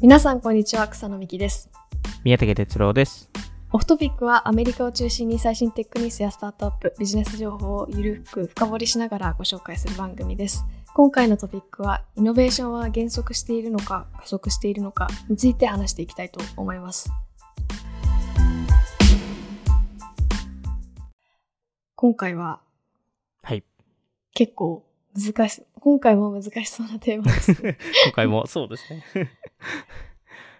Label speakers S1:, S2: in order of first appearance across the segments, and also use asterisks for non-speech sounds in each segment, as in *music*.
S1: 皆さんこんにちは草野美希です
S2: 宮武哲郎です。
S1: オフトピックはアメリカを中心に最新テックニュースやスタートアップビジネス情報をゆるく深掘りしながらご紹介する番組です今回のトピックはイノベーションは減速しているのか加速しているのかについて話していきたいと思います今回は
S2: はい。
S1: 結構難し今回も難しそうなテーマです
S2: *laughs*
S1: ね
S2: 今回も、そうですね。 *laughs*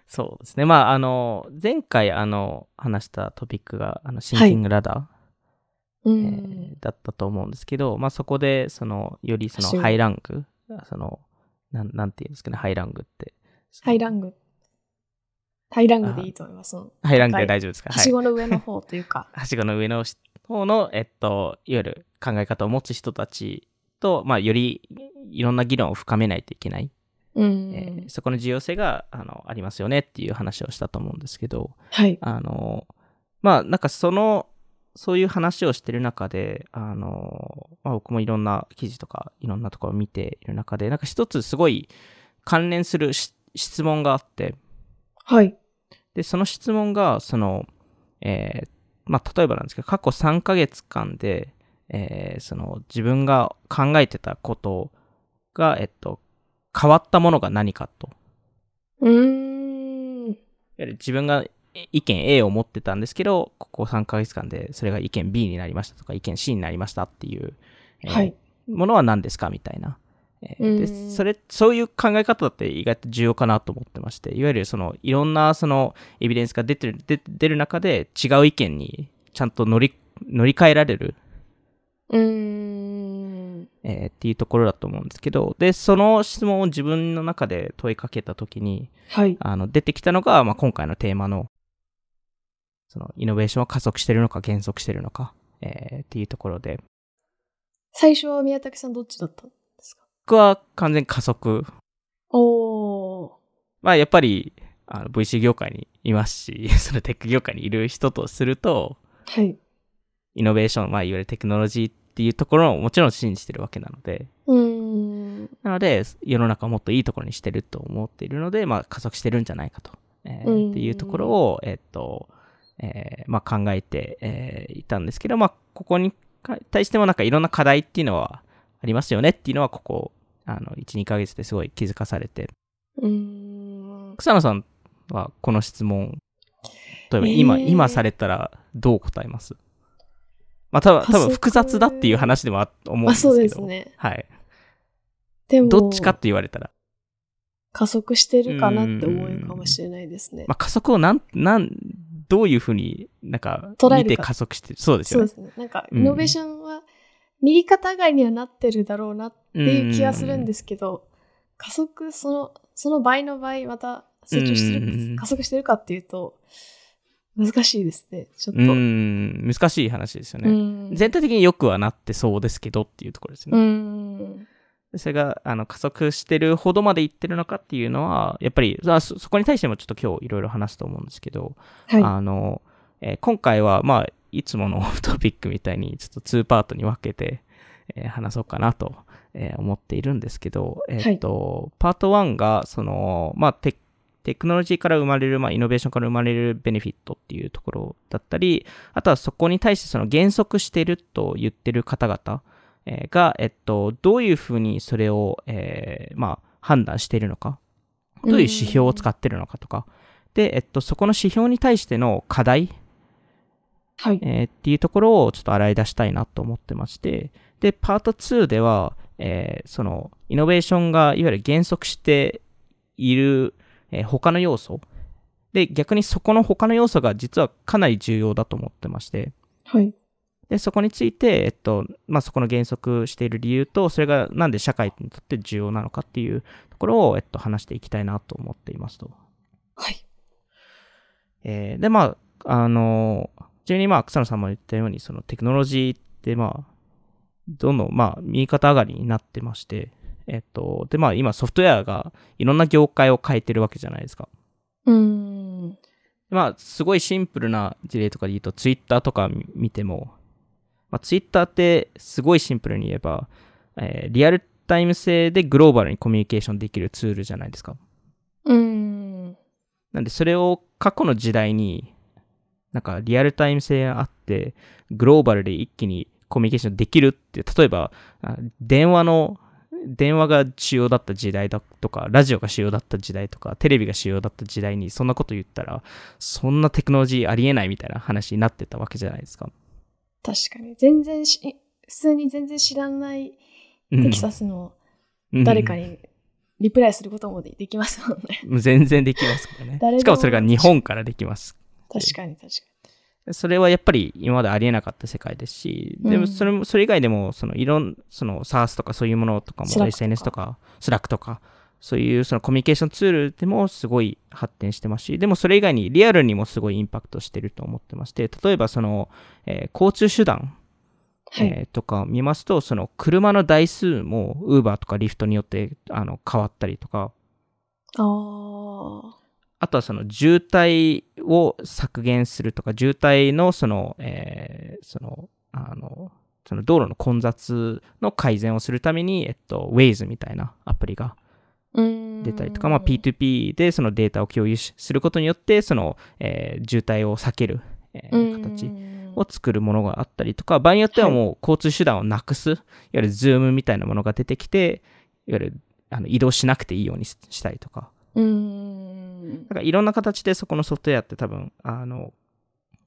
S2: そうですね。まあ、あの、前回、あの、話したトピックが、あの、シンキングラダ
S1: う
S2: ー、
S1: ん
S2: えーだったと思うんですけど、まあ、そこで、その、よりそ
S1: 走
S2: の、
S1: る
S2: ハイランク、その、なん、なんていうんですかね、ハイランクって。
S1: ハイラング。ハイラングでいいと思います。その
S2: ハイランクで大丈夫ですか
S1: はしご
S2: は
S1: の上の方というか。
S2: い。はしごの上の方の、えっと、いわゆる考え方を持つ人たちと、まあ、より、いろんな議論を深めないといけない。
S1: うん、
S2: *laughs* えーそこの重要性があのありますよねっていう話をしたと思うんですけど、
S1: はい。
S2: あの、まあ、なんかその、そういう話をしてる中で、あの、まあ、僕もいろんな記事とかいろんなところを見ている中で、なんか一つすごい関連するし質問があって、
S1: はい。
S2: で、その質問が、その、えーまあ、例えばなんですけど、過去3ヶ月間で、えーその、自分が考えてたことが、えっと、変わったものが何かと。
S1: うーん。
S2: いわゆる自分がえ意見 A を持ってたんですけど、ここ3ヶ月間でそれが意見 B になりましたとか、意見 C になりましたっていう、えー
S1: はい。
S2: ものは何ですかみたいな。えー
S1: う
S2: で
S1: ーん
S2: それそういう考え方だって意外と重要かなと思ってまして、いわゆるそのいろんなそのエビデンスが出てる出出る中で違う意見にちゃんと乗り乗り換えられる
S1: うーん。
S2: えーっていうところだと思うんですけど、で、その質問を自分の中で問いかけたときに、
S1: はい。
S2: あの出てきたのが、まあ、今回のテーマの、そのイノベーションは加速してるのか減速してるのか、えーっていうところで、
S1: 最初は宮武さんどっちだったんですか
S2: 僕は完全に加速。
S1: おー。
S2: まあやっぱりあの VC 業界にいますし、 *laughs* そのテック業界にいる人とすると、
S1: はい。
S2: イノベーション、まあいわゆるテクノロジーっていうところをもちろん信じてるわけなので、
S1: うーん。
S2: なので世の中をもっといいところにしてると思っているので、まあ加速してるんじゃないかと、えー
S1: うん
S2: っていうところを、えーっと、えーまあ考えて、えーいたんですけど、まあここにか対してもなんかいろんな課題っていうのはありますよねっていうのはここ、あの、1、2ヶ月ですごい気づかされて、
S1: うーん。
S2: 草野さんはこの質問、例えば
S1: えー
S2: 今、今されたらどう答えますまあ多分、多分複雑だっていう話でもあ思うんで
S1: あ、
S2: すけ
S1: そ
S2: ど。
S1: うですね。
S2: はい。
S1: でも、
S2: どっちかって言われたら。
S1: 加速してるかなって思うかもしれないですね
S2: ま。あ、加速をなん、なん、どういうふうになんか
S1: 捉えるか
S2: 見て加速してる。そうです
S1: そう
S2: よ
S1: です
S2: ね。
S1: ね。なんか、
S2: うん
S1: イノベーションは、右肩上がりにはなってるだろうなっていう気がするんですけど、加速、その、その倍の倍、また成長して
S2: うんうんう
S1: る、
S2: ん
S1: 加速してるかっていうと、難しいですね、ちょっ
S2: う
S1: と。うん
S2: ん、難しい話ですよね。全体的によくはなってそうですけどっていうところです
S1: う
S2: ね。
S1: ん。
S2: それが、あの、加速してるほどまでいってるのかっていうのは、やっぱり、あそそこに対してもちょっと今日いろいろ話すと思うんですけど、
S1: は
S2: あの、えー今回は、まあ、いつもの *laughs* トピックみたいに、ちょっと2パートに分けて、えー話そうかなと、えー思っているんですけど、えーっと、パート1が、その、まあ、テテクノロジーから生まれる、まあ、イノベーションから生まれるベネフィットっていうところだったり、あとはそこに対してその減速してると言ってる方々、えーが、えっと、どういうふうにそれを、えーまあ、判断しているのか、どういう指標を使ってるのかとか、で、えっと、そこの指標に対しての課題、
S1: い。はい。
S2: えーっていうところをちょっと洗い出したいなと思ってまして、で、パート2では、えーその、イノベーションがいわゆる減速している、えー他の要素。で、逆にそこの他の要素が実はかなり重要だと思ってまして、
S1: はい。
S2: で、そこについて、えっと、まあ、そこの減速している理由と、それがなんで社会にとって重要なのかっていうところを、えっと、話していきたいなと思っていますと。
S1: はい。
S2: えーで、まあ、あのー、ちなみにまあ、草野さんも言ったように、そのテクノロジーってまあ、どんどんまあ、右肩上がりになってまして、えっと、でまあ、今ソフトウェアがいろんな業界を変えてるわけじゃないですか。
S1: うん。
S2: まあ、すごいシンプルな事例とかで言うと、ツイッターとか見ても、まあ、ツイッターってすごいシンプルに言えば、えーリアルタイム性でグローバルにコミュニケーションできるツールじゃないですか。
S1: うん。
S2: なんでそれを過去の時代に、なんかリアルタイム性があって、グローバルで一気にコミュニケーションできるって、例えば、電話の、電話が主要だった時代だとか、ラジオが主要だった時代とか、テレビが主要だった時代に、そんなこと言ったら、そんなテクノロジーありえないみたいな話になってたわけじゃないですか。
S1: 確かに。全然し、普通に全然知らないテキサスの誰かにリプライすることもできますもんね。
S2: うん、全然できますからね。しかもそれが日本からできます。
S1: 確かに確か
S2: に。それはやっぱり今までありえなかった世界ですし、でもそれも、それ以外でも、そのいろん、その SARS とかそういうものとかも SNS とか、スラックとか、そういうそのコミュニケーションツールでもすごい発展してますし、でもそれ以外にリアルにもすごいインパクトしてると思ってまして、例えばその、えー、交通手段、はい、えー、とかを見ますと、その車の台数も Uber とか Lyft によってあの変わったりとか、
S1: あ
S2: あとはその渋滞を削減するとか、渋滞のその、えー、その、あの、その道路の混雑の改善をするために、えっと、Waze みたいなアプリが出たりとか、まあ、P2P でそのデータを共有することによって、その、えー、渋滞を避ける、えー、形。を作るものがあったりとか、場合によってはもう交通手段をなくす、はい、いわゆるズームみたいなものが出てきて、いわゆるあの移動しなくていいようにしたりとか。
S1: うん。
S2: だからいろんな形でそこのソフトウェアって多分、あの、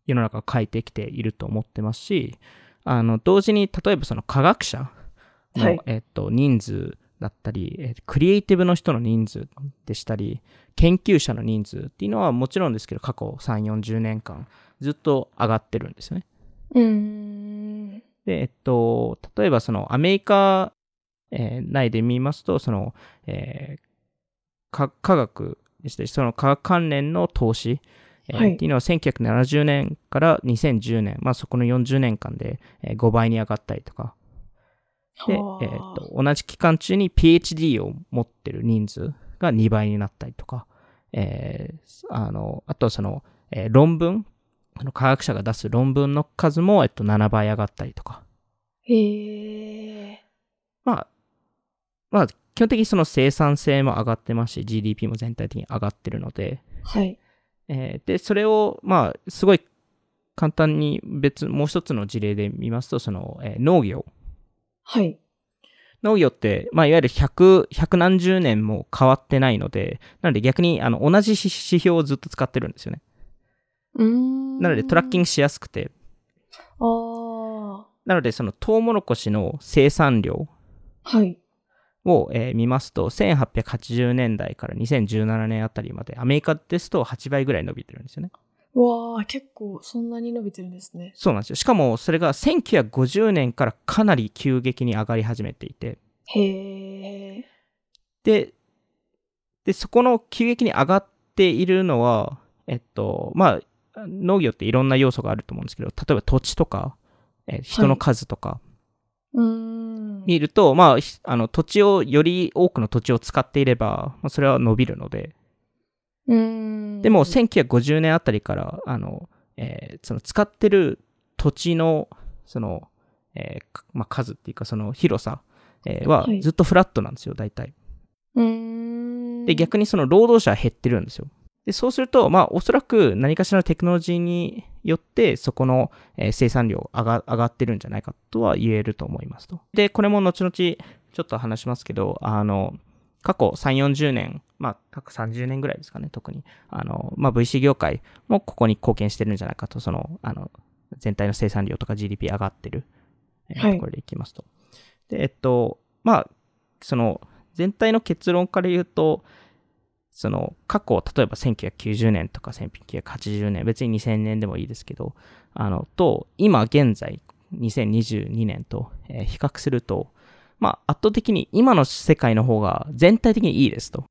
S2: 世の中を変えてきていると思ってますし、あの、同時に例えばその科学者の、はい、えっと、人数だったり、えクリエイティブの人の人数でしたり、研究者の人数っていうのはもちろんですけど、過去3、40年間、ずっと上がってるんですよね。
S1: うん。
S2: で、えっと、例えばそのアメリカ、えー、内で見ますと、その、えー、科学ですね、その科学関連の投資、えー、はい、っていうのは1970年から2010年、まあそこの40年間で5倍に上がったりとか。で、えー、っと、同じ期間中に PhD を持ってる人数が2倍になったりとか、えー、あの、あとはその、えー、論文科学者が出す論文の数も、えっと、7倍上がったりとか。
S1: へえ。
S2: まあ、まあ、基本的にその生産性も上がってますし、GDP も全体的に上がってるので。
S1: はい。
S2: えー、で、それを、まあ、すごい簡単に別、もう一つの事例で見ますと、その、えー、農業。
S1: はい。
S2: 農業って、まあ、いわゆる100、100何十年も変わってないので、なので逆に、あの、同じ指標をずっと使ってるんですよね。なのでトラッキングしやすくて。なのでそのトウモロコシの生産量を、えー、見ますと、1880年代から2017年あたりまで、アメリカですと8倍ぐらい伸びてるんですよね。
S1: わあ、結構そんなに伸びてるんですね。
S2: そうなんですよ。しかもそれが1950年からかなり急激に上がり始めていて。
S1: へえ。
S2: で、で、そこの急激に上がっているのは、えっと、まあ、農業っていろんな要素があると思うんですけど、例えば土地とか、え人の数とか、、
S1: はい
S2: 見ると、まあ、あの土地を、より多くの土地を使っていれば、まあ、それは伸びるので、
S1: うん
S2: でも1950年あたりから、あの、えー、その使ってる土地の、その、えー、まあ、数っていうか、その広さ、えー、はずっとフラットなんですよ、大体。
S1: はい、
S2: で、逆にその労働者は減ってるんですよ。で、そうすると、まあ、おそらく何かしらのテクノロジーによって、そこの、えー、生産量上が上がってるんじゃないかとは言えると思いますと。で、これも後々ちょっと話しますけど、あの、過去3、40年、まあ、過去30年ぐらいですかね、特に。あの、まあ、VC 業界もここに貢献してるんじゃないかと、その、あの、全体の生産量とか GDP 上がってる、えー、ところでいきますと。はい、で、えっと、まあ、その、全体の結論から言うと、その過去、例えば1990年とか1980年、別に2000年でもいいですけど、あの、と、今現在、2022年と、えー、比較すると、まあ、圧倒的に今の世界の方が全体的にいいですと。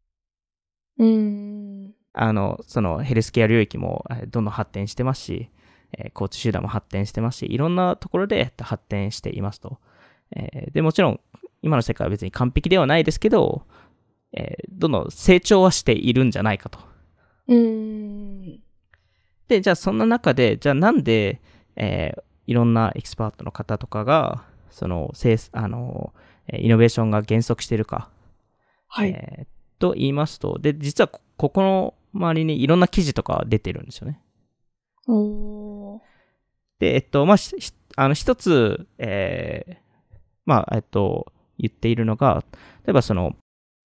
S1: うん。
S2: あの、そのヘルスケア領域もどんどん発展してますし、えー、交通手段も発展してますし、いろんなところで発展していますと。えー、で、もちろん、今の世界は別に完璧ではないですけど、えー、どんどん成長はしているんじゃないかと。
S1: うん。
S2: で、じゃあそんな中で、じゃあなんで、えー、いろんなエキスパートの方とかが、その、あの、イノベーションが減速してるか。
S1: はい。
S2: えー、と言いますと、で、実はここの、周りにいろんな記事とか出てるんですよね。
S1: おー。
S2: で、えっと、まあ、しあの、一つ、えーまあ、えっと、言っているのが、例えばその、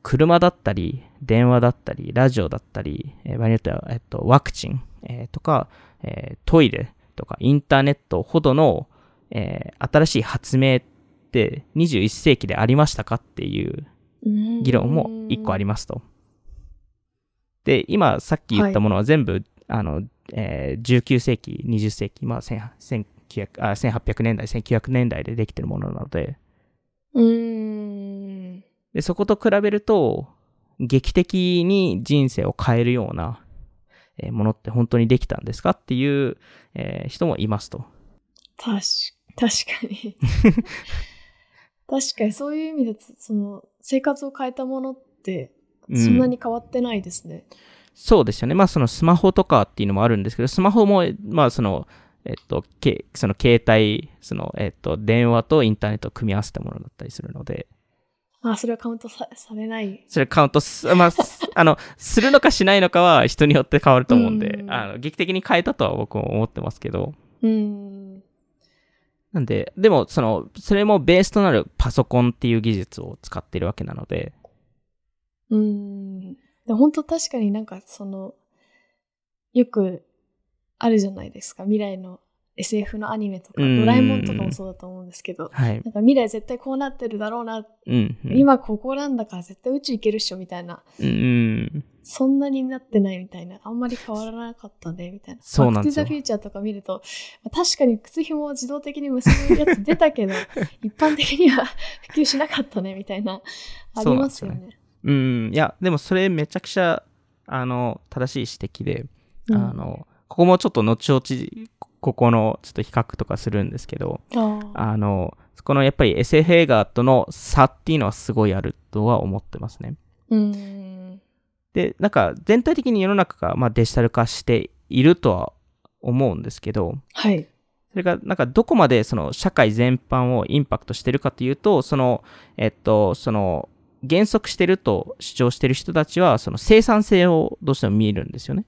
S2: 車だったり、電話だったり、ラジオだったり、えー場合によっては、えっと、ワクチン、えーとか、えートイレとか、インターネットほどの、えー新しい発明って21世紀でありましたかっていう議論も一個あり
S1: ま
S2: ますと。で、今さっき言ったものは全部、あの、えー19世紀、20世紀、まあ、1800 1900あ1800年代、1900年代でできてるものなので、
S1: す。うーん。
S2: でそこと比べると、劇的に人生を変えるようなえーものって本当にできたんですかっていう、えー人もいますと。
S1: 確確か *laughs* に。確かに、そういう意味で、その、生活を変えたものって、
S2: うん
S1: そんなに変わってないですね。
S2: そうですよね。まあそのスマホとかっていうのもあるんですけど、スマホも、まあその、えっと、けその携帯、その、えっと、電話とインターネットを組み合わせたものだったりするので、
S1: あ、それはカウントさされない。
S2: それカウントす、まあ、す
S1: *laughs*
S2: あの、するのかしないのかは人によって変わると思うんで、
S1: うん
S2: あの劇的に変えたとは僕も思ってますけど、
S1: うーん。
S2: なんで、でも、その、それもベースとなるパソコンっていう技術を使っているわけなので、
S1: うーん。で本当確かになんか、その、よくあるじゃないですか。未来の SF のアニメとか、
S2: うん
S1: ドラえもんとかもそうだと思うんですけど、
S2: はい。
S1: なんか未来絶対こうなってるだろうな、
S2: うん、うん。
S1: 今ここなんだから絶対宇宙行けるっしょみたいな、
S2: うんうん。
S1: そんなになってないみたいな、あんまり変わらなかったねみたいな。
S2: そうなんですよ
S1: バック・トゥ・ザ・フューチャーとか見ると、まあ確かに靴紐を自動的に結ぶやつ出た
S2: *laughs*
S1: けど、一般的には *laughs* 普及しなかったねみたいな、ありますよね。
S2: うん、いや、でもそれめちゃくちゃ、あの、正しい指摘で、
S1: うん
S2: あの、ここもちょっと後々、ここのちょっと比較とかするんですけど、
S1: あ
S2: あの、そこのやっぱり SF 映画との差っていうのはすごいあるとは思ってますね。
S1: ーうん。
S2: で、なんか全体的に世の中が、まあ、デジタル化しているとは思うんですけど、
S1: はい。
S2: それがなんかどこまでその社会全般をインパクトしてるかというと、その、えっと、その、減速してると主張してる人たちは、その生産性をどうしても見るんですよね。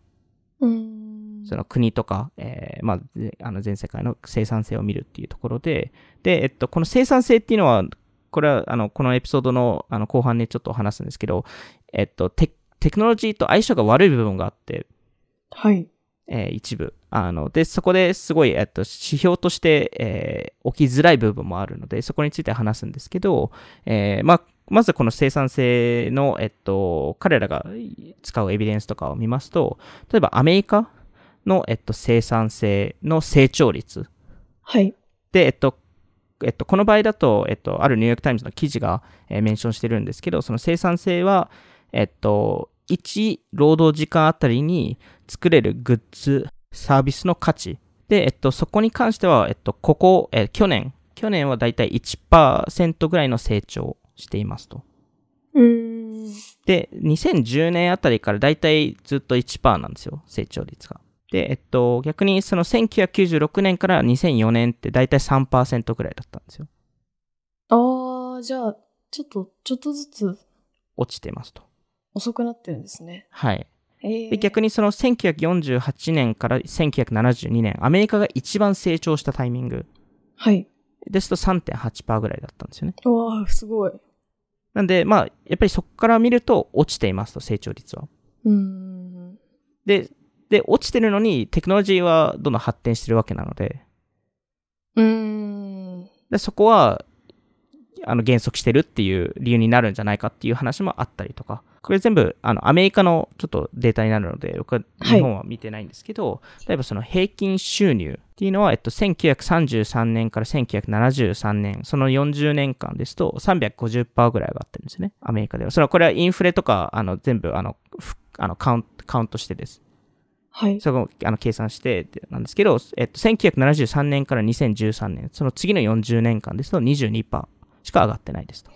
S1: うーん。
S2: その国とか、えーまあ、ぜあの全世界の生産性を見るっていうところで、で、えっと、この生産性っていうのは、これは、あの、このエピソードのあの後半でちょっと話すんですけど、えっと、テテクノロジーと相性が悪い部分があって、
S1: はい。
S2: えー一部。あの、で、そこですごい、えっと、指標として、えー起きづらい部分もあるので、そこについて話すんですけど、えーまあ、まずこの生産性の、えっと、彼らが使うエビデンスとかを見ますと、例えばアメリカの、えっと、生産性の成長率
S1: はい。
S2: で、えっと、えっと、この場合だと、えっと、あるニューヨーク・タイムズの記事が、えーメンションしてるんですけど、その生産性は、えっと、1労働時間あたりに作れるグッズ、サービスの価値。で、えっと、そこに関しては、えっと、ここ、えー去年、去年はだいたい1%ぐらいの成長していますと。
S1: うーん。
S2: で、2010年あたりからだいたいずっと1%なんですよ、成長率が。で、えっと、逆にその1996年から2004年ってだいたい3%ぐらいだったんですよ。
S1: ああ、じゃあ、ちょっと、ちょっとずつ
S2: 落ちてますと。
S1: 遅くなってるんですね。
S2: はい。
S1: え
S2: で、逆
S1: に。
S2: にその1948年から1972年、アメリカが一番成長したタイミング
S1: はい。
S2: ですと3.8%ぐらいだったんですよね。
S1: わあ、すごい。う
S2: なんで、まあ、やっぱりそこから見ると落ちていますと、成長率は。
S1: ーん。
S2: で、で、落ちてるのにテクノロジーはどんどん発展してるわけなので、
S1: うーん。
S2: でそこは、あの、減速してるっていう理由になるんじゃないかっていう話もあったりとか、これ全部、あの、アメリカのちょっとデータになるので、僕は
S1: はい
S2: 日本は見てないんですけど、例えばその平均収入っていうのは、えっと、1933年から1973年、その40年間ですと350%ぐらい上がってるんですよね、アメリカでは。それは、これはインフレとか、あの、全部、あの、ふあのカウンカウントしてです。
S1: はい。
S2: そこあの計算してでなんですけど、えっと、1973年から2013年、その次の40年間ですと22%しか上がってないですと。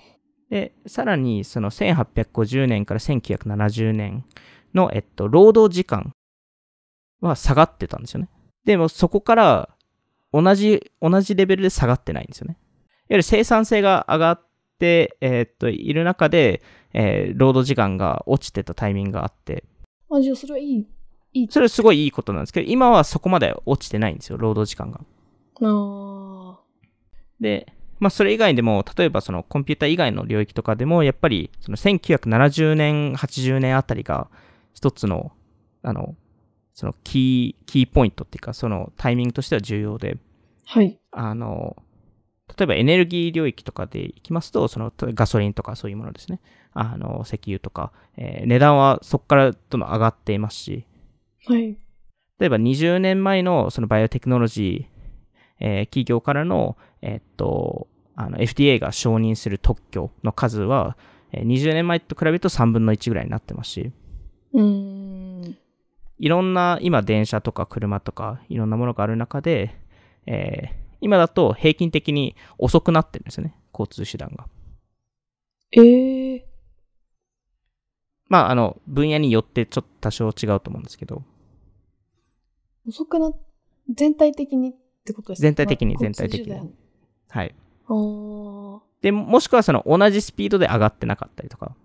S2: で、さらに、その1850年から1970年の、えっと、労働時間は下がってたんですよね。でも、そこから同じ、同じレベルで下がってないんですよね。いわゆる生産性が上がって、えっと、いる中で、えー労働時間が落ちてたタイミングがあって、
S1: あ、じゃあそれはいい。いい。
S2: それすごいいいことなんですけど、今はそこまで落ちてないんですよ、労働時間が。
S1: あ
S2: で、まあ、それ以外でも、例えばそのコンピューター以外の領域とかでも、やっぱりその1970年、80年あたりが一つの、あの、そのキー、キーポイントっていうか、そのタイミングとしては重要で、
S1: ーはい。
S2: あの、例えばエネルギー領域とかでいきますと、そのガソリンとかそういうものですね。あの、石油とか、えー値段はそこからどんどん上がっていますし、
S1: はい。
S2: 例えば20年前のそのバイオテクノロジー、えー企業からの、えっと、あの FDA が承認する特許の数は、えー20年前と比べると3分の1ぐらいになってますし、
S1: うーん。
S2: いろんな今電車とか車とかいろんなものがある中で、えー今だと平均的に遅くなってるんですよね、交通手段が。
S1: ええ
S2: まあ、あの、分野によってちょっと多少違うと思うんですけど、
S1: 遅くな、全体的にってことですか
S2: 全体的に
S1: まあ
S2: 全体的に
S1: 交通手段
S2: はい。
S1: あー
S2: で、もしくはその同じスピードで上がってなかったりとか、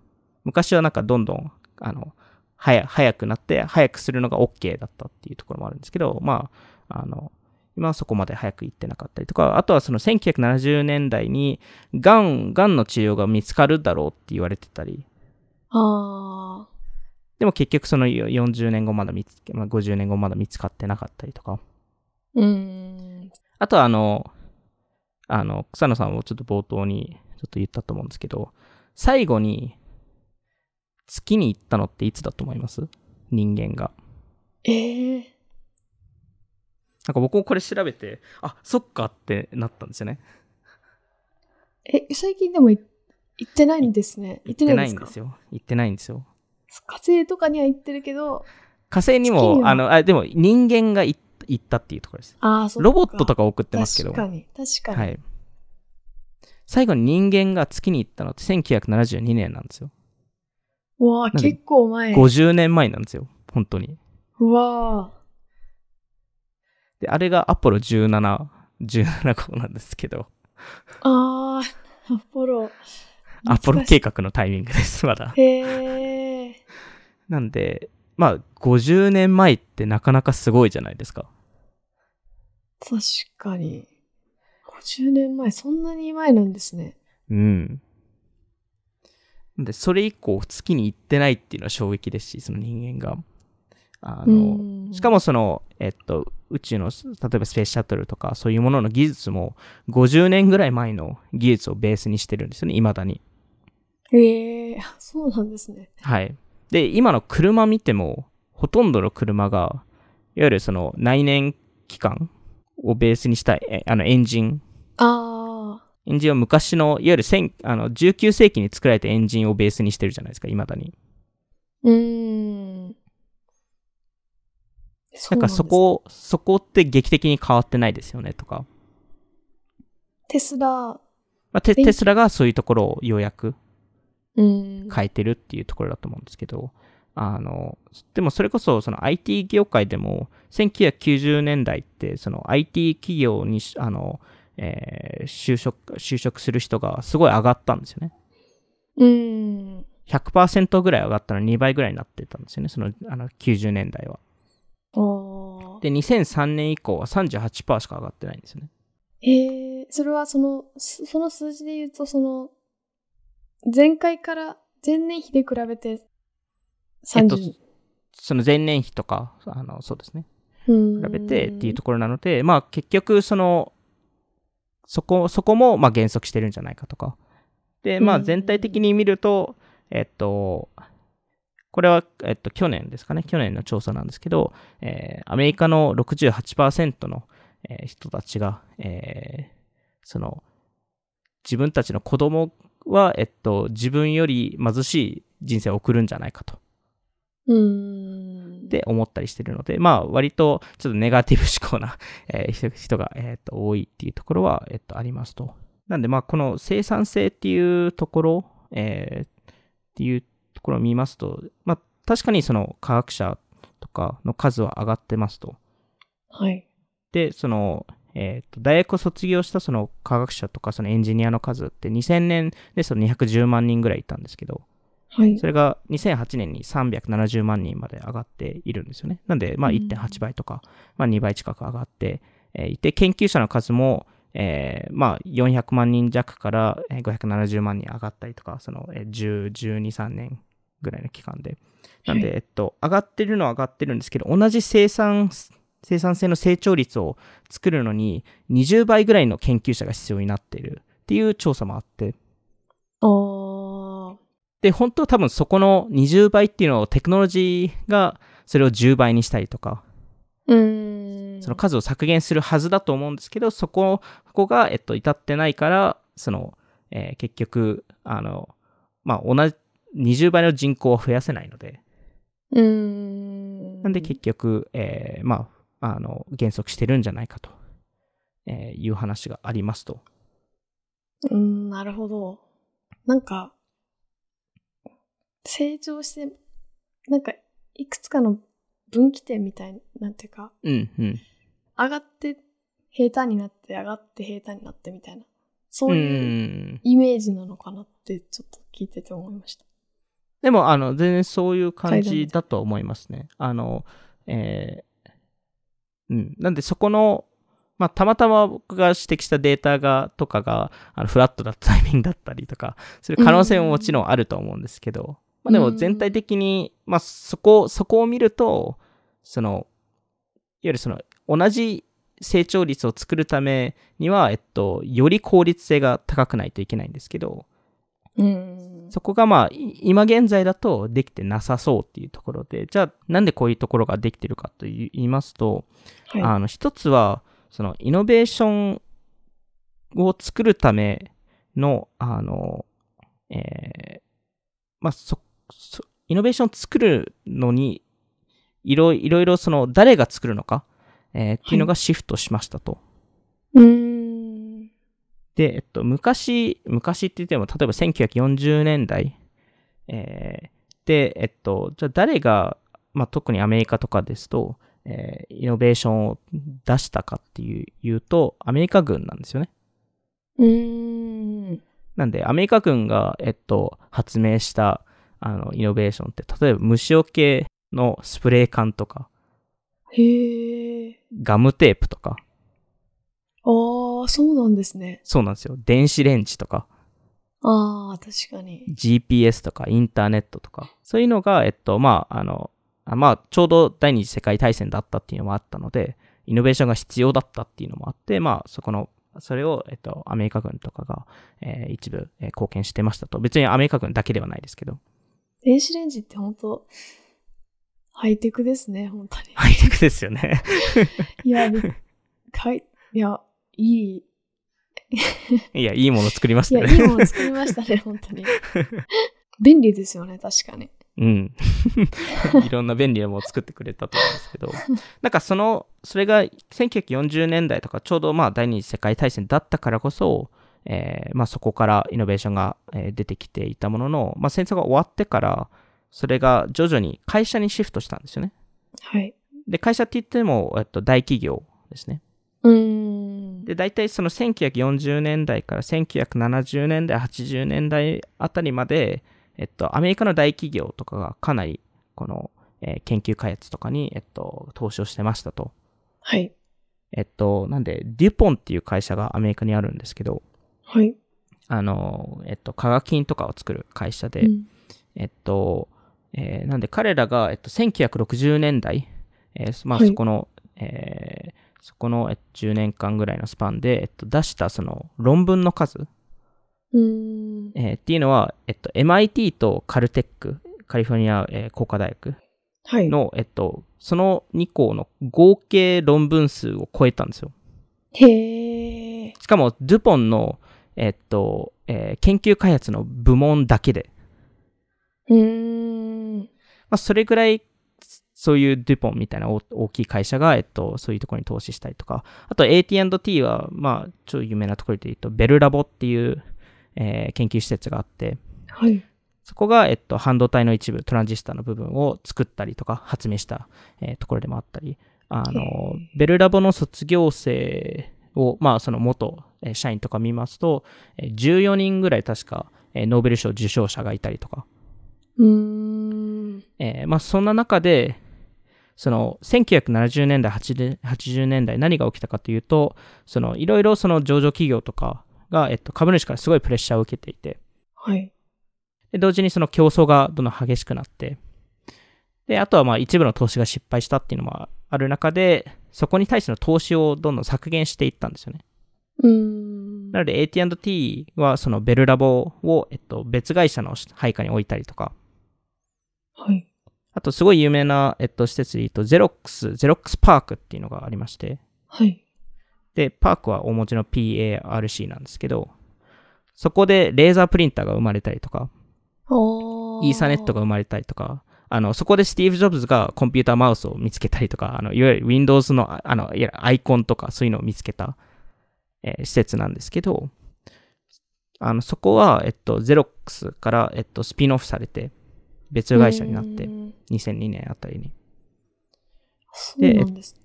S2: 昔はなんかどんどん、あの、早早くなって、早くするのが OK だったっていうところもあるんですけど、まあ、あの、今はそこまで早く行ってなかったりとか、あとはその1970年代に、がん、がんの治療が見つかるだろうって言われてたり、
S1: あー。
S2: でも結局その40年後まだ見つけ、まあ、50年後まだ見つかってなかったりとか、
S1: うーん。
S2: あとはあの、あの、草野さんもちょっと冒頭にちょっと言ったと思うんですけど、最後に月に行ったのっていつだと思います人間が。
S1: ええー。
S2: なんか僕もこれ調べて、あ、そっかってなったんですよね。
S1: え、最近でもい行ってないんですね。行ってないんです
S2: ん
S1: か
S2: ですよ。行ってないんですよ。
S1: 火星とかには行ってるけど、
S2: 火星に
S1: 月
S2: も、
S1: には
S2: あの、あ、でも人間が行った行ったっていうところです。
S1: ああ、そう
S2: ロボットとか送ってますけど。
S1: 確かに、確かに。
S2: はい。最後に人間が月に行ったのって1972年なんですよ。
S1: うわあ、
S2: なんで
S1: 結構前。
S2: 50年前なんですよ。本当に。
S1: うわあ、
S2: で、あれがアポロ17、17号なんですけど、
S1: あー、アポロ。
S2: アポ
S1: 懐
S2: ロ
S1: かしい
S2: 計画のタイミングです、まだ。
S1: へえ。
S2: なんで、まあ、50年前ってなかなかすごいじゃないですか。
S1: 確かに。50年前、そんなに前なんですね。
S2: うん。なんで、それ以降、月に行ってないっていうのは衝撃ですし、その人間が。あの、しか
S1: も、
S2: もその、えっと、宇宙の、例えばスペースシャトルとか、そういうものの技術も、50年ぐらい前の技術をベースにしてるんですよね、未だに。
S1: へえ、あそうなんですね。
S2: はい。で、今の車見ても、ほとんどの車が、いわゆるその内燃機関をベースにしたえあのエンジン。
S1: ああ、
S2: エンジンは昔の、いわゆる1000あの19世紀に作られたエンジンをベースにしてるじゃないですか、未だに。
S1: うーん。
S2: だからそこ、そこって劇的に変わってないですよね、とか。
S1: テスラ、
S2: まあ、テ
S1: 電気
S2: テスラがそういうところをようやく
S1: うん。
S2: 変えてるっていうところだと思うんですけど、あの、でもそれこそその IT 業界でも、1990年代ってその IT 企業にし、あの、えー就職、就職する人がすごい上がったんですよね。
S1: うん。
S2: 100%ぐらい上がったの2倍ぐらいになってたんですよね、そのあの90年代は。
S1: ああ。
S2: で、2003年以降は38%しか上がってないんですよね。
S1: へえ、それはその、すその数字で言うと、その、前回から、前年比で比べて
S2: えっと
S1: 30、
S2: その前年比とか、あの、そうですね。
S1: 比
S2: 比べてっていうところなので、まあ結局その、そこ、そこもまあ減速してるんじゃないかとか。で、ま
S1: う
S2: あ
S1: ん
S2: 全体的に見ると、えっと、これは、えっと、去年ですかね、去年の調査なんですけど、えーアメリカの68%の、えー人たちが、えーその、自分たちの子供は、えっと、自分より貧しい人生を送るんじゃないかと。
S1: うーん。
S2: って思ったりしてるので、まあ、割とちょっとネガティブ思 *laughs* 考な、えー人人が、えーと多いっていうところは、えーとありますと。なんで、まあ、この生産性っていうところ、えーっていうところを見ますと、まあ、確かにその科学者とかの数は上がってますと。
S1: はい。
S2: で、その、えーと大学を卒業したその科学者とかそのエンジニアの数って2000年でその210万人ぐらいいたんですけど、
S1: はい
S2: そ。れが2008年に370万人まで上がっているんですよね。なんで、まあ
S1: うん
S2: 1.8倍とか、まあ2倍近く上がってえーいて、研究者の数も、えーまあ400万人弱からえー570万人上がったりとか、そのえー10、12、3年ぐらいの期間で。なんで、
S1: は
S2: えっと、上がってるのは上がってるんですけど、同じ生産、生産性の成長率を作るのに20倍ぐらいの研究者が必要になっているっていう調査もあって、
S1: おー。
S2: で、本当は多分そこの20倍っていうのをテクノロジーがそれを10倍にしたりとか、
S1: うーん。
S2: その数を削減するはずだと思うんですけど、そこ、そこが、えっと、至ってないから、その、えー結局、あの、まあ、同じ、20倍の人口は増やせないので、
S1: うーん。
S2: なんで結局、えーまあ、あの、減速してるんじゃないかと、えーいう話がありますと。
S1: うーん、なるほど。なんか、成長して、なんか、いくつかの分岐点みたいなんていうか、
S2: うん、うん。
S1: 上がって平坦になって、上がって平坦になってみたいな、そう
S2: う。
S1: いうんイメージなのかなって、ちょっと聞いてて思いました。
S2: でも、あの、全然そういう感
S1: 階段で
S2: じ
S1: す
S2: だと思いますね。あの、えーうん。なんで、そこの、まあ、たまたま僕が指摘したデータが、とかが、あのフラットだったタイミングだったりとか、する可能性ももちろんあると思うんですけど、まあ、でも全体的に、まあ、そこ、そこを見ると、その、いわゆるその、同じ成長率を作るためには、えっと、より効率性が高くないといけないんですけど、
S1: うーん。
S2: そこがまあ、い今現在だとできてなさそうっていうところで、じゃあなんでこういうところができてるかと言いますと、
S1: はい。
S2: あの、一つは、そのイノベーションを作るための、あの、えーまあ、そ、そイノベーションを作るのに、いろいろいろその誰が作るのか、えーっていうのがシフトしましたと。
S1: うーん。
S2: で、えっと、昔、昔って言っても、例えば1940年代、えーで、えっと、じゃあ誰が、まあ、特にアメリカとかですと、えーイノベーションを出したかっていういうと、アメリカ軍なんですよね。
S1: うーん。
S2: なんで、アメリカ軍が、えっと、発明した、あの、イノベーションって、例えば虫除けのスプレー缶とか、
S1: へえ。
S2: ガムテープとか、
S1: ああ、そうなんですね。
S2: そうなんですよ。電子レンジとか、
S1: ああ、確かに。
S2: GPS とかインターネットとか、そういうのが、えっと、まあ、あの、あまあ、ちょうど第二次世界大戦だったっていうのもあったので、イノベーションが必要だったっていうのもあって、まあ、そこの、それを、えっと、アメリカ軍とかが、えー一部、えー貢献してましたと。別にアメリカ軍だけではないですけど、
S1: 電子レンジって本当ハイテクですね、本当に。
S2: ハイテクですよね。 *laughs*
S1: いや、びはい、いや、いい、
S2: いや、いいもの作りまし
S1: い
S2: た
S1: や、いい
S2: ね。 *laughs*
S1: もの作りましたね、本当に。便利ですよね、確かに。
S2: うん。いろんな便利なものを作ってくれたと思うんですけど、なんかその、それが1940年代とか、ちょうどまあ第二次世界大戦だったからこそ、えーまあそこからイノベーションがえー出てきていたものの、まあ戦争が終わってから、それが徐々に会社にシフトしたんですよね。
S1: はい。
S2: で、会社って言っても、えっと、大企業ですね。
S1: うーん。
S2: で、大体その1940年代から1970年代、80年代あたりまで、えっと、アメリカの大企業とかがかなり、この、えー研究開発とかに、えっと、投資をしてましたと。
S1: はい。
S2: えっと、なんで、デュポンっていう会社がアメリカにあるんですけど、
S1: はい。
S2: あの、えっと、化学品とかを作る会社で、
S1: うん
S2: えっと、えーなんで彼らが、えっと、1960年代、えーまあ、
S1: はい
S2: そこの、えーそこのえっと10年間ぐらいのスパンで、えっと、出したその論文の数、
S1: うーん。
S2: えーっていうのは、えっと、MIT とカルテック、カリフォルニア、えー工科大学
S1: はい。
S2: の、えっと、その2校の合計論文数を超えたんですよ。
S1: へえ。
S2: しかも、ドゥポンの、えっと、えー研究開発の部門だけで、
S1: うーん。
S2: まあ、それぐらい、そういうデュポンみたいな大大きい会社が、えっと、そういうところに投資したりとか、あと AT&T は、まあ、ちょっと有名なところで言うと、ベルラボっていう、えー研究施設があって、
S1: はい。
S2: そこが、えっと、半導体の一部、トランジスタの部分を作ったりとか、発明した、えーところでもあったり、あの、ベルラボの卒業生を、まあ、その元、えー社員とか見ますと、えー14人ぐらい確か、えーノーベル賞受賞者がいたりとか、
S1: うーん。
S2: えーまあ、そんな中で、その1970年代、80 80年代、何が起きたかというと、そのいろいろその上場企業とかが、えっと、株主からすごいプレッシャーを受けていて、
S1: はい。
S2: で同時にその競争がどんどん激しくなって、で、あとはまあ一部の投資が失敗したっていうのもある中で、そこに対しての投資をどんどん削減していったんですよね。
S1: うーん。
S2: なので AT&T はそのベルラボを、えっと、別会社の配下に置いたりとか、
S1: はい。
S2: あとすごい有名な、えっと、施設で言うと、ゼロックス、ゼロックスパークっていうのがありまして、
S1: はい。
S2: で、パークはお持ちの PARC なんですけど、そこでレーザープリンターが生まれたりとか、
S1: お
S2: イーサネットが。生まれたりとか、あの、そこでスティーブ・ジョブズがコンピューターマウスを見つけたりとか、あの、いわゆる Windows の、ああの、いや、アイコンとかそういうのを見つけた、えー施設なんですけど、あの、そこは、えっと、ゼロックスから、えっと、スピンオフされて、別会社になって
S1: う、ーん。
S2: 2002年あたりに。
S1: そうなんです。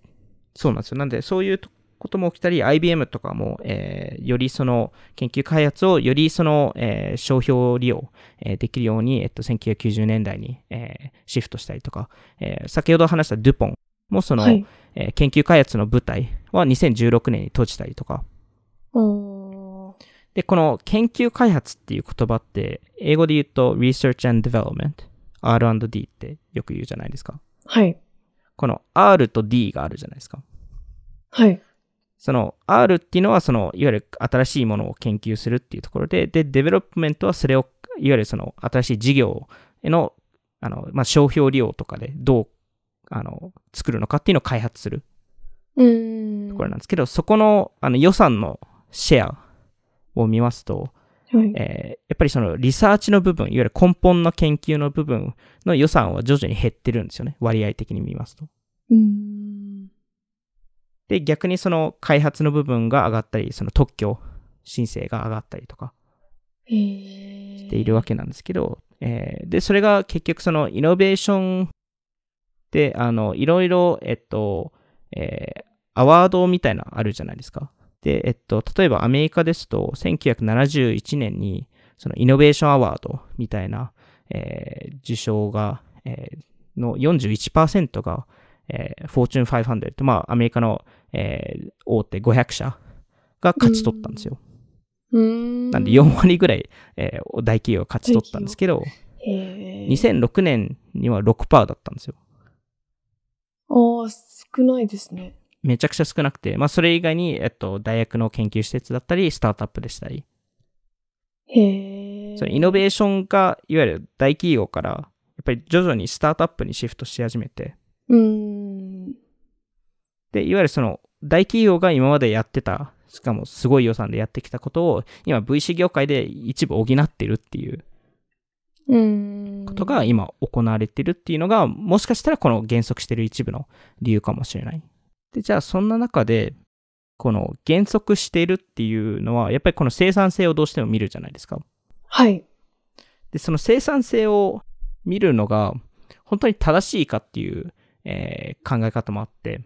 S2: そうなんですよ。なんで、そういうとことも起きたり、IBM とかも、えーよりその研究開発をよりその、えー商標利用、えーできるように、えっと、1990年代に、えーシフトしたりとか、えー先ほど話したデュポンもその、
S1: はい。
S2: えー研究開発の舞台は2016年に閉じたりとか、
S1: おー
S2: で、この研究開発っていう言葉って、英語で言うと Research and Development、R&D ってよく言うじゃないですか。
S1: はい。
S2: この R と D があるじゃないですか。
S1: はい。
S2: その R っていうのはそのいわゆる新しいものを研究するっていうところで、で、デベロップメントはそれをいわゆるその新しい事業へのあの、まあ、商標利用とかでどうあの作るのかっていうのを開発する
S1: うーん。
S2: ところなんですけど、そこのあの予算のシェアを見ますと、
S1: はい。
S2: えーやっぱりそのリサーチの部分、いわゆる根本の研究の部分の予算は徐々に減ってるんですよね、割合的に見ますと。
S1: うーん。
S2: で、逆にその開発の部分が上がったり、その特許申請が上がったりとか
S1: えー。
S2: しているわけなんですけど、えーで、それが結局そのイノベーションで、あの、いろいろ、えっと、えーアワードみたいなのあるじゃないですか。で、えっと、例えばアメリカですと、1971年に、そのイノベーションアワードみたいな、えー受賞が、えー、の41%が、えー、Fortune 500って、まあ、アメリカの、えー大手500社が勝ち取ったんですよ。
S1: うーん。
S2: なんで4割ぐらい、えー大企業が勝ち取ったんですけど、
S1: へー
S2: 2006年には6%だったんですよ。
S1: ああ、少ないですね。
S2: めちゃくちゃ少なくて、まあそれ以外に、えっと、大学の研究施設だったり、スタートアップでしたり、
S1: へえ。
S2: そのイノベーションが、いわゆる大企業から、やっぱり徐々にスタートアップにシフトし始めて、
S1: うーん。
S2: で、いわゆるその、大企業が今までやってた、しかもすごい予算でやってきたことを、今 VC 業界で一部補ってるっていう
S1: うーん。
S2: ことが今行われてるっていうのが、もしかしたらこの減速してる一部の理由かもしれない。で、じゃあそんな中で、この減速しているっていうのは、やっぱりこの生産性をどうしても見るじゃないですか。
S1: はい。
S2: で、その生産性を見るのが、本当に正しいかっていう、えー考え方もあって、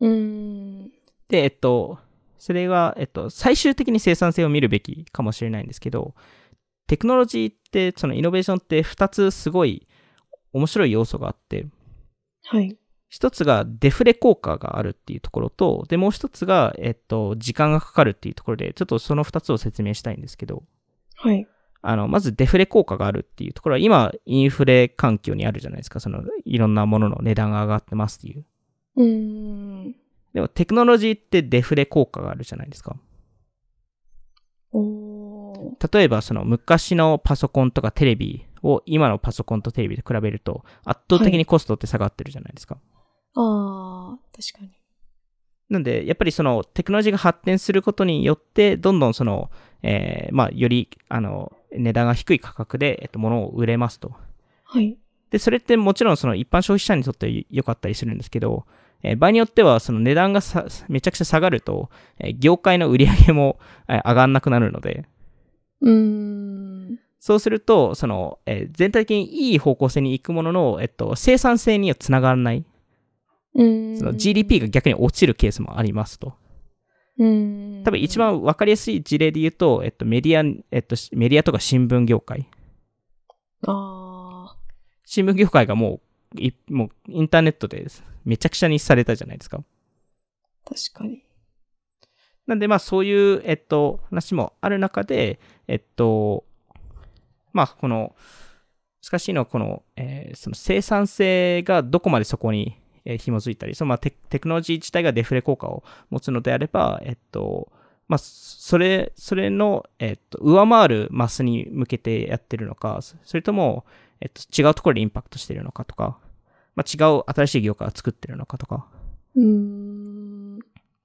S1: うーん。
S2: で、えっと、それが、えっと、最終的に生産性を見るべきかもしれないんですけど、テクノロジーって、そのイノベーションって2つすごい面白い要素があって、
S1: はい。
S2: 一つがデフレ効果があるっていうところと、で、もう一つが、えっと、時間がかかるっていうところで、ちょっとその二つを説明したいんですけど、
S1: はい。
S2: あの、まずデフレ効果があるっていうところは、今、インフレ環境にあるじゃないですか、その、いろんなものの値段が上がってますっていう。
S1: うーん。
S2: でも、テクノロジーってデフレ効果があるじゃないですか。
S1: おー。
S2: 例えば、その、昔のパソコンとかテレビを、今のパソコンとテレビで比べると、圧倒的にコストって下がってるじゃないですか。
S1: ああ、確かに。
S2: なんで、やっぱりそのテクノロジーが発展することによって、どんどんその、えーまあ、より、あの、値段が低い価格で、えっと、物を売れますと。
S1: はい。
S2: で、それってもちろんその一般消費者にとっては良かったりするんですけど、えー場合によってはその値段がさめちゃくちゃ下がると、えー業界の売り上げも、えー上がんなくなるので、
S1: うーん。
S2: そうすると、その、えー全体的にいい方向性に行くものの、えっと、生産性にはつながらない。
S1: うーん。
S2: その GDP が逆に落ちるケースもありますと。
S1: うーん。
S2: 多分一。番分かりやすい事例で言うと、えっと、メディア、えっと、メディアとか新聞業界。
S1: ああ。
S2: 新聞業界がもう、いもうインターネットでめちゃくちゃにされたじゃないですか。
S1: 確かに。
S2: なんで、まあそういう、えっと、話もある中で、えっと、まあこの、難しいのはこの、えーその生産性がどこまでそこに、えー紐づいたり、そのまあテテクノロジー自体がデフレ効果を持つのであれば、えっと、まあ、それ、それの、えっと、上回るマスに向けてやってるのか、そそれとも、えっと、違うところでインパクトしてるのかとか、まあ、違う新しい業界を作ってるのかとか、
S1: うーん。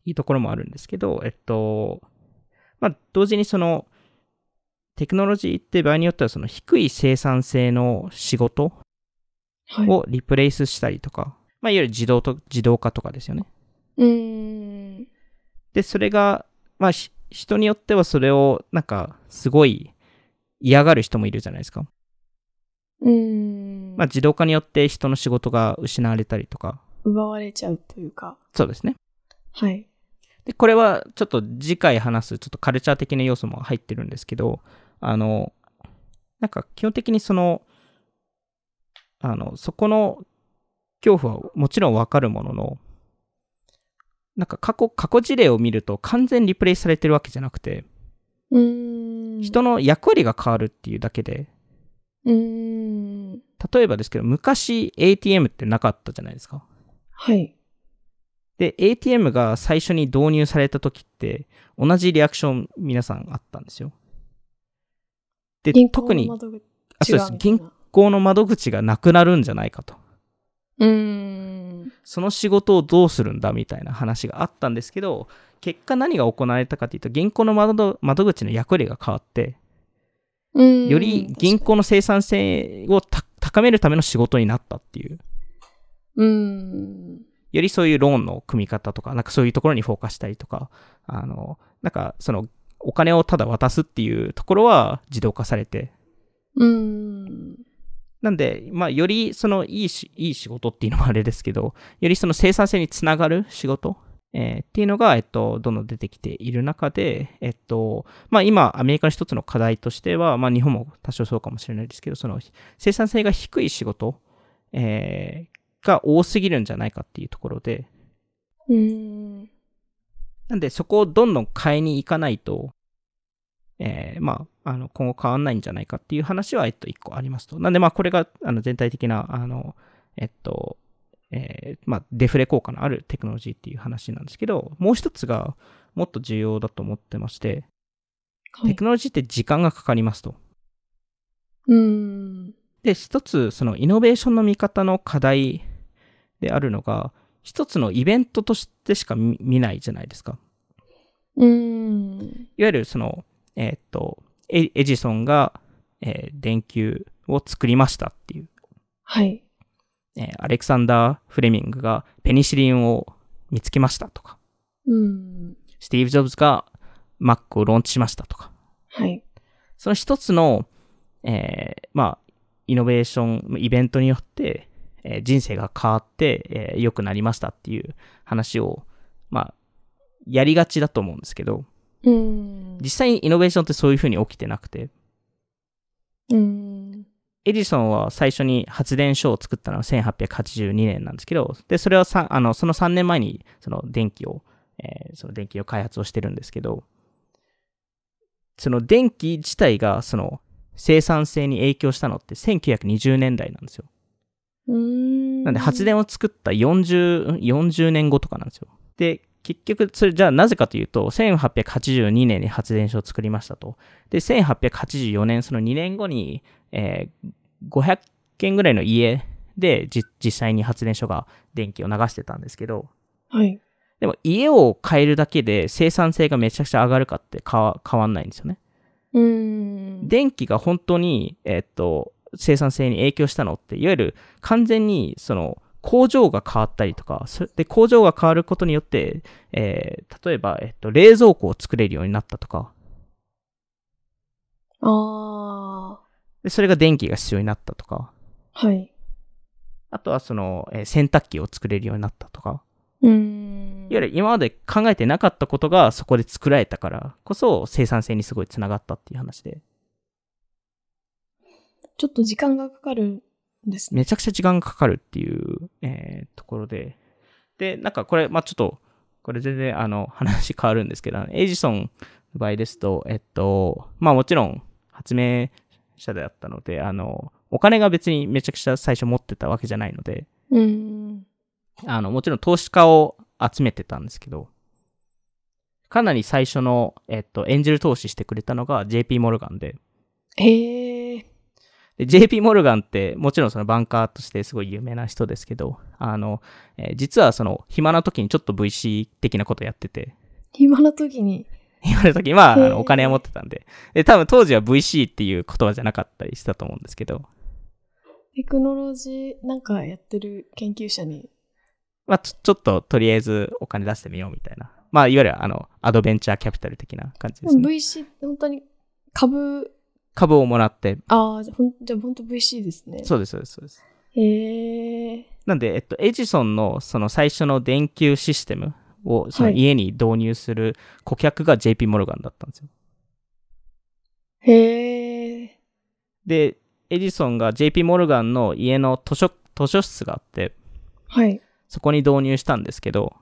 S2: いいところもあるんですけど、えっと、まあ、同時にその、テクノロジーって場合によってはその低い生産性の仕事
S1: はい。
S2: をリプレイスしたりとか、まあ、いわゆる自動と、自動化とかですよね。
S1: うーん。
S2: で、それが、まあ、ひ人によってはそれを、なんか、すごい嫌がる人もいるじゃないですか。
S1: うーん。
S2: まあ、自動化によって人の仕事が失われたりとか。
S1: 奪われちゃうというか。
S2: そうですね。
S1: はい。
S2: で、これはちょっと次回話す、ちょっとカルチャー的な要素も入ってるんですけど、あの、なんか基本的にその、あの、そこの恐怖はもちろんわかるものの、なんか過去、過去事例を見ると完全リプレイされてるわけじゃなくて、
S1: うーん。
S2: 人の役割が変わるっていうだけで、
S1: うーん。
S2: 例えばですけど、昔 ATM ってなかったじゃないですか。
S1: はい。
S2: で、ATM が最初に導入された時って、同じリアクション皆さんあったんですよ。で、
S1: 銀行
S2: 特
S1: の
S2: に、
S1: 窓口
S2: あそうです
S1: 違みたい
S2: 銀
S1: な
S2: 行の窓口がなくなるんじゃないかと。
S1: うーん。
S2: その仕事をどうするんだみたいな話があったんですけど、結果何が行われたかというと、銀行の窓窓口の役割が変わって、
S1: うーん
S2: より銀行の生産性をた高めるための仕事になったっていう。
S1: うーん。
S2: よりそういうローンの組み方とか、なんかそういうところにフォーカスしたりとか、あの、なんかその、お金をただ渡すっていうところは自動化されて、
S1: うーん。
S2: なんで、まあ、よりそのいいし、いい仕事っていうのもあれですけど、よりその生産性につながる仕事、えーっていうのが、えっと、どんどん出てきている中で、えっと、まあ、今、アメリカの一つの課題としては、まあ、日本も多少そうかもしれないですけど、その生産性が低い仕事、えーが多すぎるんじゃないかっていうところで、
S1: うーん。
S2: なんで、そこをどんどん変えに行かないと、えーまあ、あの、今後変わんないんじゃないかっていう話は、えっと、一個ありますと。なんで、まあ、これが、あの、全体的な、あの、えっと、えーまあ、デフレ効果のあるテクノロジーっていう話なんですけど、もう一つが、もっと重要だと思ってまして、
S1: は
S2: テ
S1: い。
S2: クノロジーって時間がかかりますと。
S1: うーん。
S2: で、一つ、そのイノベーションの見方の課題であるのが、一つのイベントとしてしか見見ないじゃないですか。
S1: うーん。
S2: いわゆるその、えーっと、エエジソンが、えー電球を作りましたっていう、
S1: はい。
S2: えーアレクサンダー・フレミングがペニシリンを見つけましたとか、
S1: うーん。
S2: スティーブ・ジョブズが Mac をローンチしましたとか、
S1: はい。
S2: その一つの、えーまあ、イノベーション、イベントによって、えー人生が変わって、えー良くなりましたっていう話を、まあ、やりがちだと思うんですけど、
S1: うーん。
S2: 実際にイノベーションってそういうふうに起きてなくて、
S1: うーん。
S2: エジソンは最初に発電所を作ったのは1882年なんですけど、で、それはさあのその3年前にその電気を、えーその電気の開発をしてるんですけど、その電気自体がその生産性に影響したのって1920年代なんですよ。
S1: うーん。
S2: なんで発電を作った40、40年後とかなんですよ。で、結局、それじゃあなぜかというと、1882年に発電所を作りましたと。で、1884年、その2年後に、えー500軒ぐらいの家でじ実際に発電所が電気を流してたんですけど、
S1: はい。
S2: でも家を変えるだけで生産性がめちゃくちゃ上がるかって変わ変わんないんですよね。
S1: うーん。
S2: 電気が本当に、えーっと、生産性に影響したのって、いわゆる完全に、その、工場が変わったりとか、そで、工場が変わることによって、えー例えば、えっと、冷蔵庫を作れるようになったとか、
S1: あ
S2: で、それが電気が必要になったとか、
S1: ー。はい。
S2: あとはその、えー洗濯機を作れるようになったとか、
S1: うーん。
S2: いわゆる今まで考えてなかったことがそこで作られたからこそ生産性にすごいつながったっていう話で。
S1: ちょっと時間がかかるですね。
S2: めちゃくちゃ時間がかかるっていう、えーところで。で、なんかこれ、まあちょっと、これ全然あの話変わるんですけど、あのエジソンの場合ですと、えっと、まあもちろん発明者であったので、あの、お金が別にめちゃくちゃ最初持ってたわけじゃないので、
S1: うん。
S2: あの、もちろん投資家を集めてたんですけど、かなり最初の、えっと、エンジェル投資してくれたのが JP モルガンで、
S1: へえ。
S2: で JP モルガンって、もちろんそのバンカーとしてすごい有名な人ですけど、あの、えー実はその、暇な時にちょっと VC 的なことやってて、 *laughs*
S1: 暇な時に。
S2: 暇な時、まあ、あ
S1: へー
S2: のお金を持ってたんで、で、多分当時は VC っていう言葉じゃなかったりしたと思うんですけど、
S1: テクノロジーなんかやってる研究者に。
S2: まあ、ちょちょっととりあえずお金出してみようみたいな、まあ、いわゆるあの、アドベンチャーキャピタル的な感じですね。
S1: VC、本当に株、
S2: 株をもらって、
S1: ああ、じゃあほんじゃあ本当 VC ですね。
S2: そうです、そうです、そうです。
S1: へえ。
S2: なんで、えっと、エジソンのその最初の電球システムをその
S1: はい
S2: 家に導入する顧客が JP モルガンだったんですよ。
S1: へえ。
S2: で、エジソンが JP モルガンの家の図書図書室があって、
S1: はい。
S2: そこに導入したんですけど、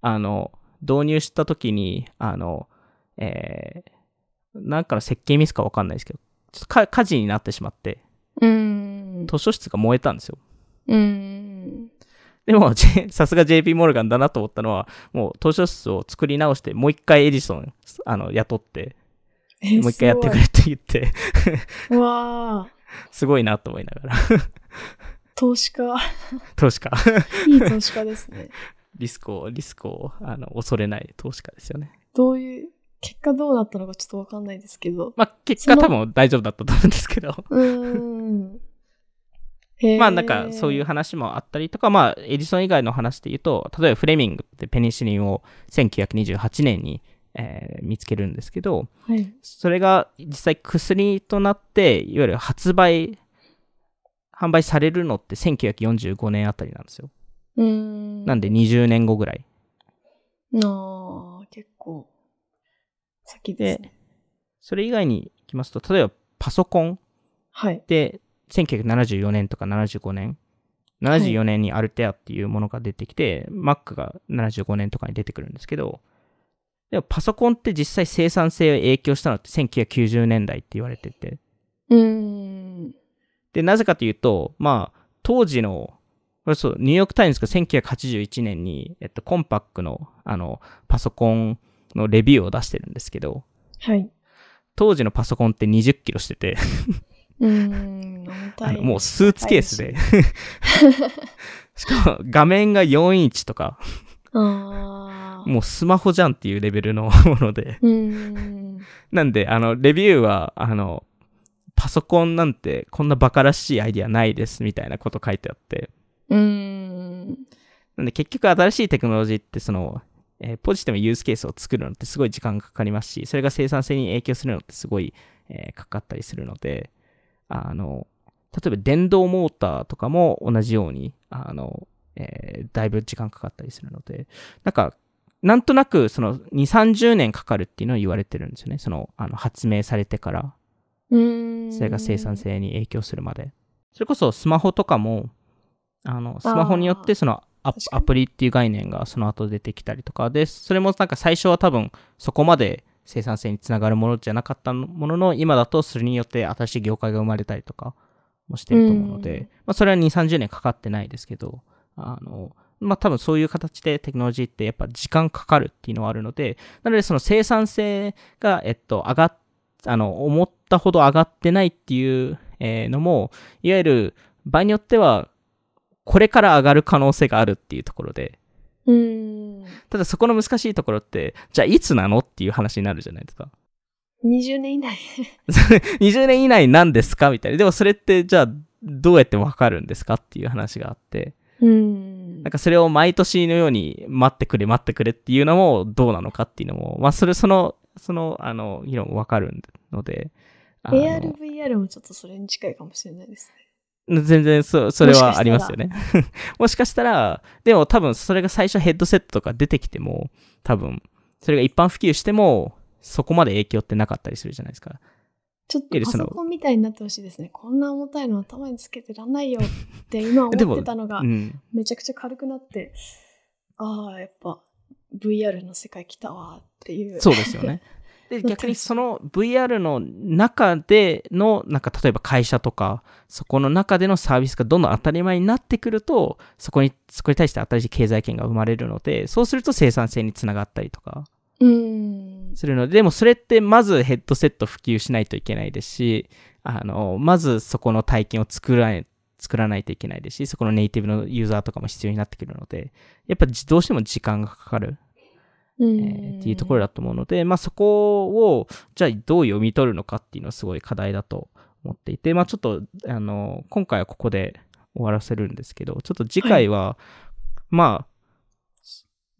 S2: あの、導入した時に、あの、えー、なんかの設計ミスかわかんないですけど、ちょっとか火事になってしまって、
S1: うん。
S2: 図書室が燃えたんですよ。
S1: うん。
S2: でも、J- *laughs* さすが JP モルガンだなと思ったのは、もう図書室を作り直して、もう一回エジソン、あの、雇って、
S1: え
S2: もう一回やってくれって言って、
S1: すごいわあ、
S2: すごいなと思いながら、 *laughs*
S1: 投資家。
S2: 投資家、
S1: いい投資家ですね。
S2: リスクを、リスクを、あの、恐れない投資家ですよね。
S1: どういう、結果どうなったのかちょっとわかんないですけど。
S2: まあ、結果
S1: その
S2: 多分大丈夫だったと思うんですけど、
S1: うーん。へー
S2: まあ、なんかそういう。話もあったりとか、まあ、エジソン以外の話で言うと、例えばフレミングってペニシリンを1928年に、えー見つけるんですけど、
S1: はい。
S2: それが実際薬となって、いわゆる発売、販売されるのって1945年あたりなんですよ。
S1: うーん。
S2: なんで20年後ぐらい。
S1: ああ、結構、先ですね。
S2: それ以外に行きますと、例えばパソコン
S1: はい。
S2: で1974年とか75年、74年にアルテアっていうものが出てきて、Mac が75年とかに出てくるんですけど、でもパソコンって実際生産性を影響したのって1990年代って言われてて、
S1: うーん。
S2: で、なぜかというと、まあ、当時の、これそう、ニューヨークタイムズが1981年に、えっと、コンパックの、あの、パソコンのレビューを出してるんですけど、
S1: はい。
S2: 当時のパソコンって20キロしてて、
S1: うーん。飲みた
S2: あ
S1: い。
S2: のもうスーツケースで、しかも画面が4インチとか、
S1: ああ。
S2: もうスマホじゃんっていうレベルのもので、
S1: う。うーん。
S2: なんで、あの、レビューは、あの、パソコンなんてこんなバカらしいアイディアないですみたいなこと書いてあって、
S1: うーん。
S2: なんで結局新しいテクノロジーってその、えーポジティブなユースケースを作るのってすごい時間がかかりますし、それが生産性に影響するのってすごい、えーかかったりするので、あの、例えば電動モーターとかも同じように、あの、えーだいぶ時間かかったりするので、なんか、なんとなくその2、30年かかるっていうのを言われてるんですよね。その、あの発明されてから。
S1: うーん。
S2: それが生産。性に影響するまで。それこそスマホとかも、あの、スマホによってそのア
S1: 確かに
S2: アプリっていう概念がその後出てきたりとかで、それもなんか最初は多分そこまで生産性につながるものじゃなかったものの、今だとそれによって新しい業界が生まれたりとかもしてると思うので、
S1: うん
S2: まあそれは2、30年かかってないですけど、あの、まあ多分そういう形でテクノロジーってやっぱ時間かかるっていうのはあるので、なのでその生産性が、えっと、上がっあの、思ったほど上がってないっていう、えーのも、いわゆる場合によっては、これから上がる可能性があるっていうところで、
S1: うーん。
S2: ただそこの難しいところって、じゃあいつなのっていう話になるじゃないですか。
S1: 20年以内。
S2: 20年以内なんですかみたいな。でもそれって、じゃあどうやってわかるんですかっていう話があって、
S1: うーん
S2: なん。かそれを毎年のように待ってくれ待ってくれっていうのもどうなのかっていうのも、まあそれ、その、その、あの、議論わかるので、あの
S1: ARVR もちょっとそれに近いかもしれないですね。
S2: 全然そそれはありますよね。もしかしたら、でも多分それが最初ヘッドセットとか出てきても、多分それが一般普及しても、そこまで影響ってなかったりするじゃないですか。
S1: ちょっとパソコンみたいになってほしいですね。こんな重たいの頭につけてらんないよって今思ってた
S2: *laughs*
S1: のが
S2: う、ん。
S1: めちゃくちゃ軽くなって、ああ、やっぱ VR の世界来たわっていう。
S2: そうですよね。で
S1: 確かに
S2: 逆にその VR の中でのなんか例えば会社とかそこの中でのサービスがどんどん当たり前になってくるとそこにそこに対して新しい経済圏が生まれるのでそうすると生産性につながったりとか
S1: うん。
S2: するのででもそれってまずヘッドセット普及しないといけないですしあのまずそこの体験を作らない作らないといけないですしそこのネイティブのユーザーとかも必要になってくるのでやっぱじどうしても時間がかかる
S1: うん
S2: えーっていうところだと思うので、まあ、そこをじゃあどう読み取るのかっていうのはすごい課題だと思っていて、まあ、ちょっとあの今回はここで終わらせるんですけどちょっと次回は、まあ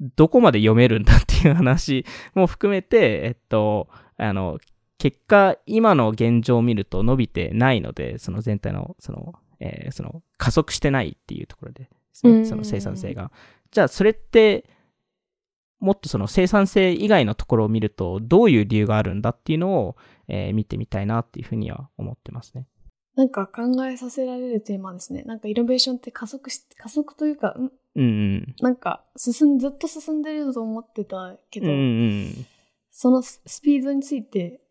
S2: どこまで読めるんだっていう話も含めて、えっと、あの、結果、今の現状を見ると伸びてないので、その全体の、その、えーその、加速してないっていうところでです
S1: う
S2: ね、
S1: ん
S2: その生産性が。じゃあ、それって、もっとその生産性以外のところを見ると、どういう理由があるんだっていうのを、えー見てみたいなっていうふうには思ってますね。
S1: なんか考えさせられるテーマですね。なんかイノベーションって加速し、加速というか、うん
S2: うんうん。
S1: なんか進ん、ずっと進んでると思ってたけ
S2: うん
S1: ど、
S2: うん。
S1: そのススピードについて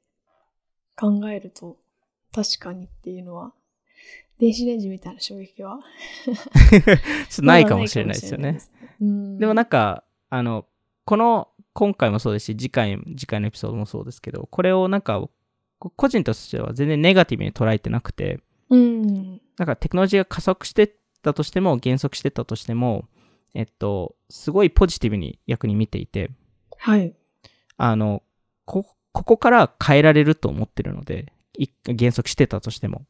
S1: 考えると、確かにっていうのは、電子レンジみたいな衝撃は
S2: ちょっとないかもしれないですよね。。
S1: うん
S2: でもなんか、あの、この、今回もそうですし、次回、次回のエピソードもそうですけど、これをなんか、こ個人としては全然ネガティブに捉えてなくて、
S1: うん。
S2: なんかテクノロジーが加速してったとしても、減速してったとしても、えっと、すごいポジティブに逆に見ていて、
S1: はい。
S2: あの、こ、ここから変えられると思ってるので、い減速してたとしても。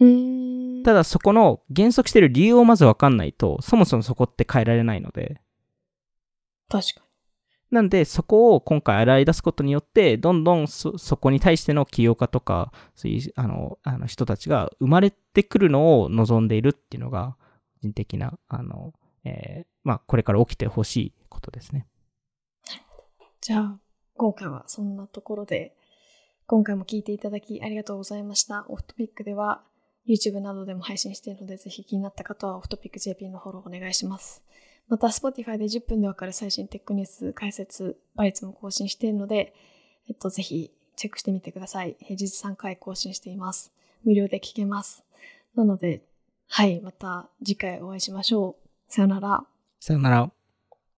S1: うん。
S2: ただそこの減速してる理由をまずわかんないと、そもそもそこって変えられないので、
S1: 確か
S2: なんで、そこを今回洗い出すことによって、どんどんそそこに対しての起業家とか、そういうあのあの人たちが生まれてくるのを望んでいるっていうのが、個人的な、あの、えーまあ、これから起きてほしいことですね。
S1: に。じゃあ、今回はそんなところで、今回も聞いていただきありがとうございました。オフトピックでは、YouTube などでも配信しているので、ぜひ気になった方はオフトピック JP のフォローお願いします。また、Spotify で10分でわかる最新テックニュース、解説、バイツも更新しているので、えっと、ぜひチェックしてみてください。平日3回更新しています。無料で聞けます。なので、はい、また次回お会いしましょう。さよなら。
S2: さよなら。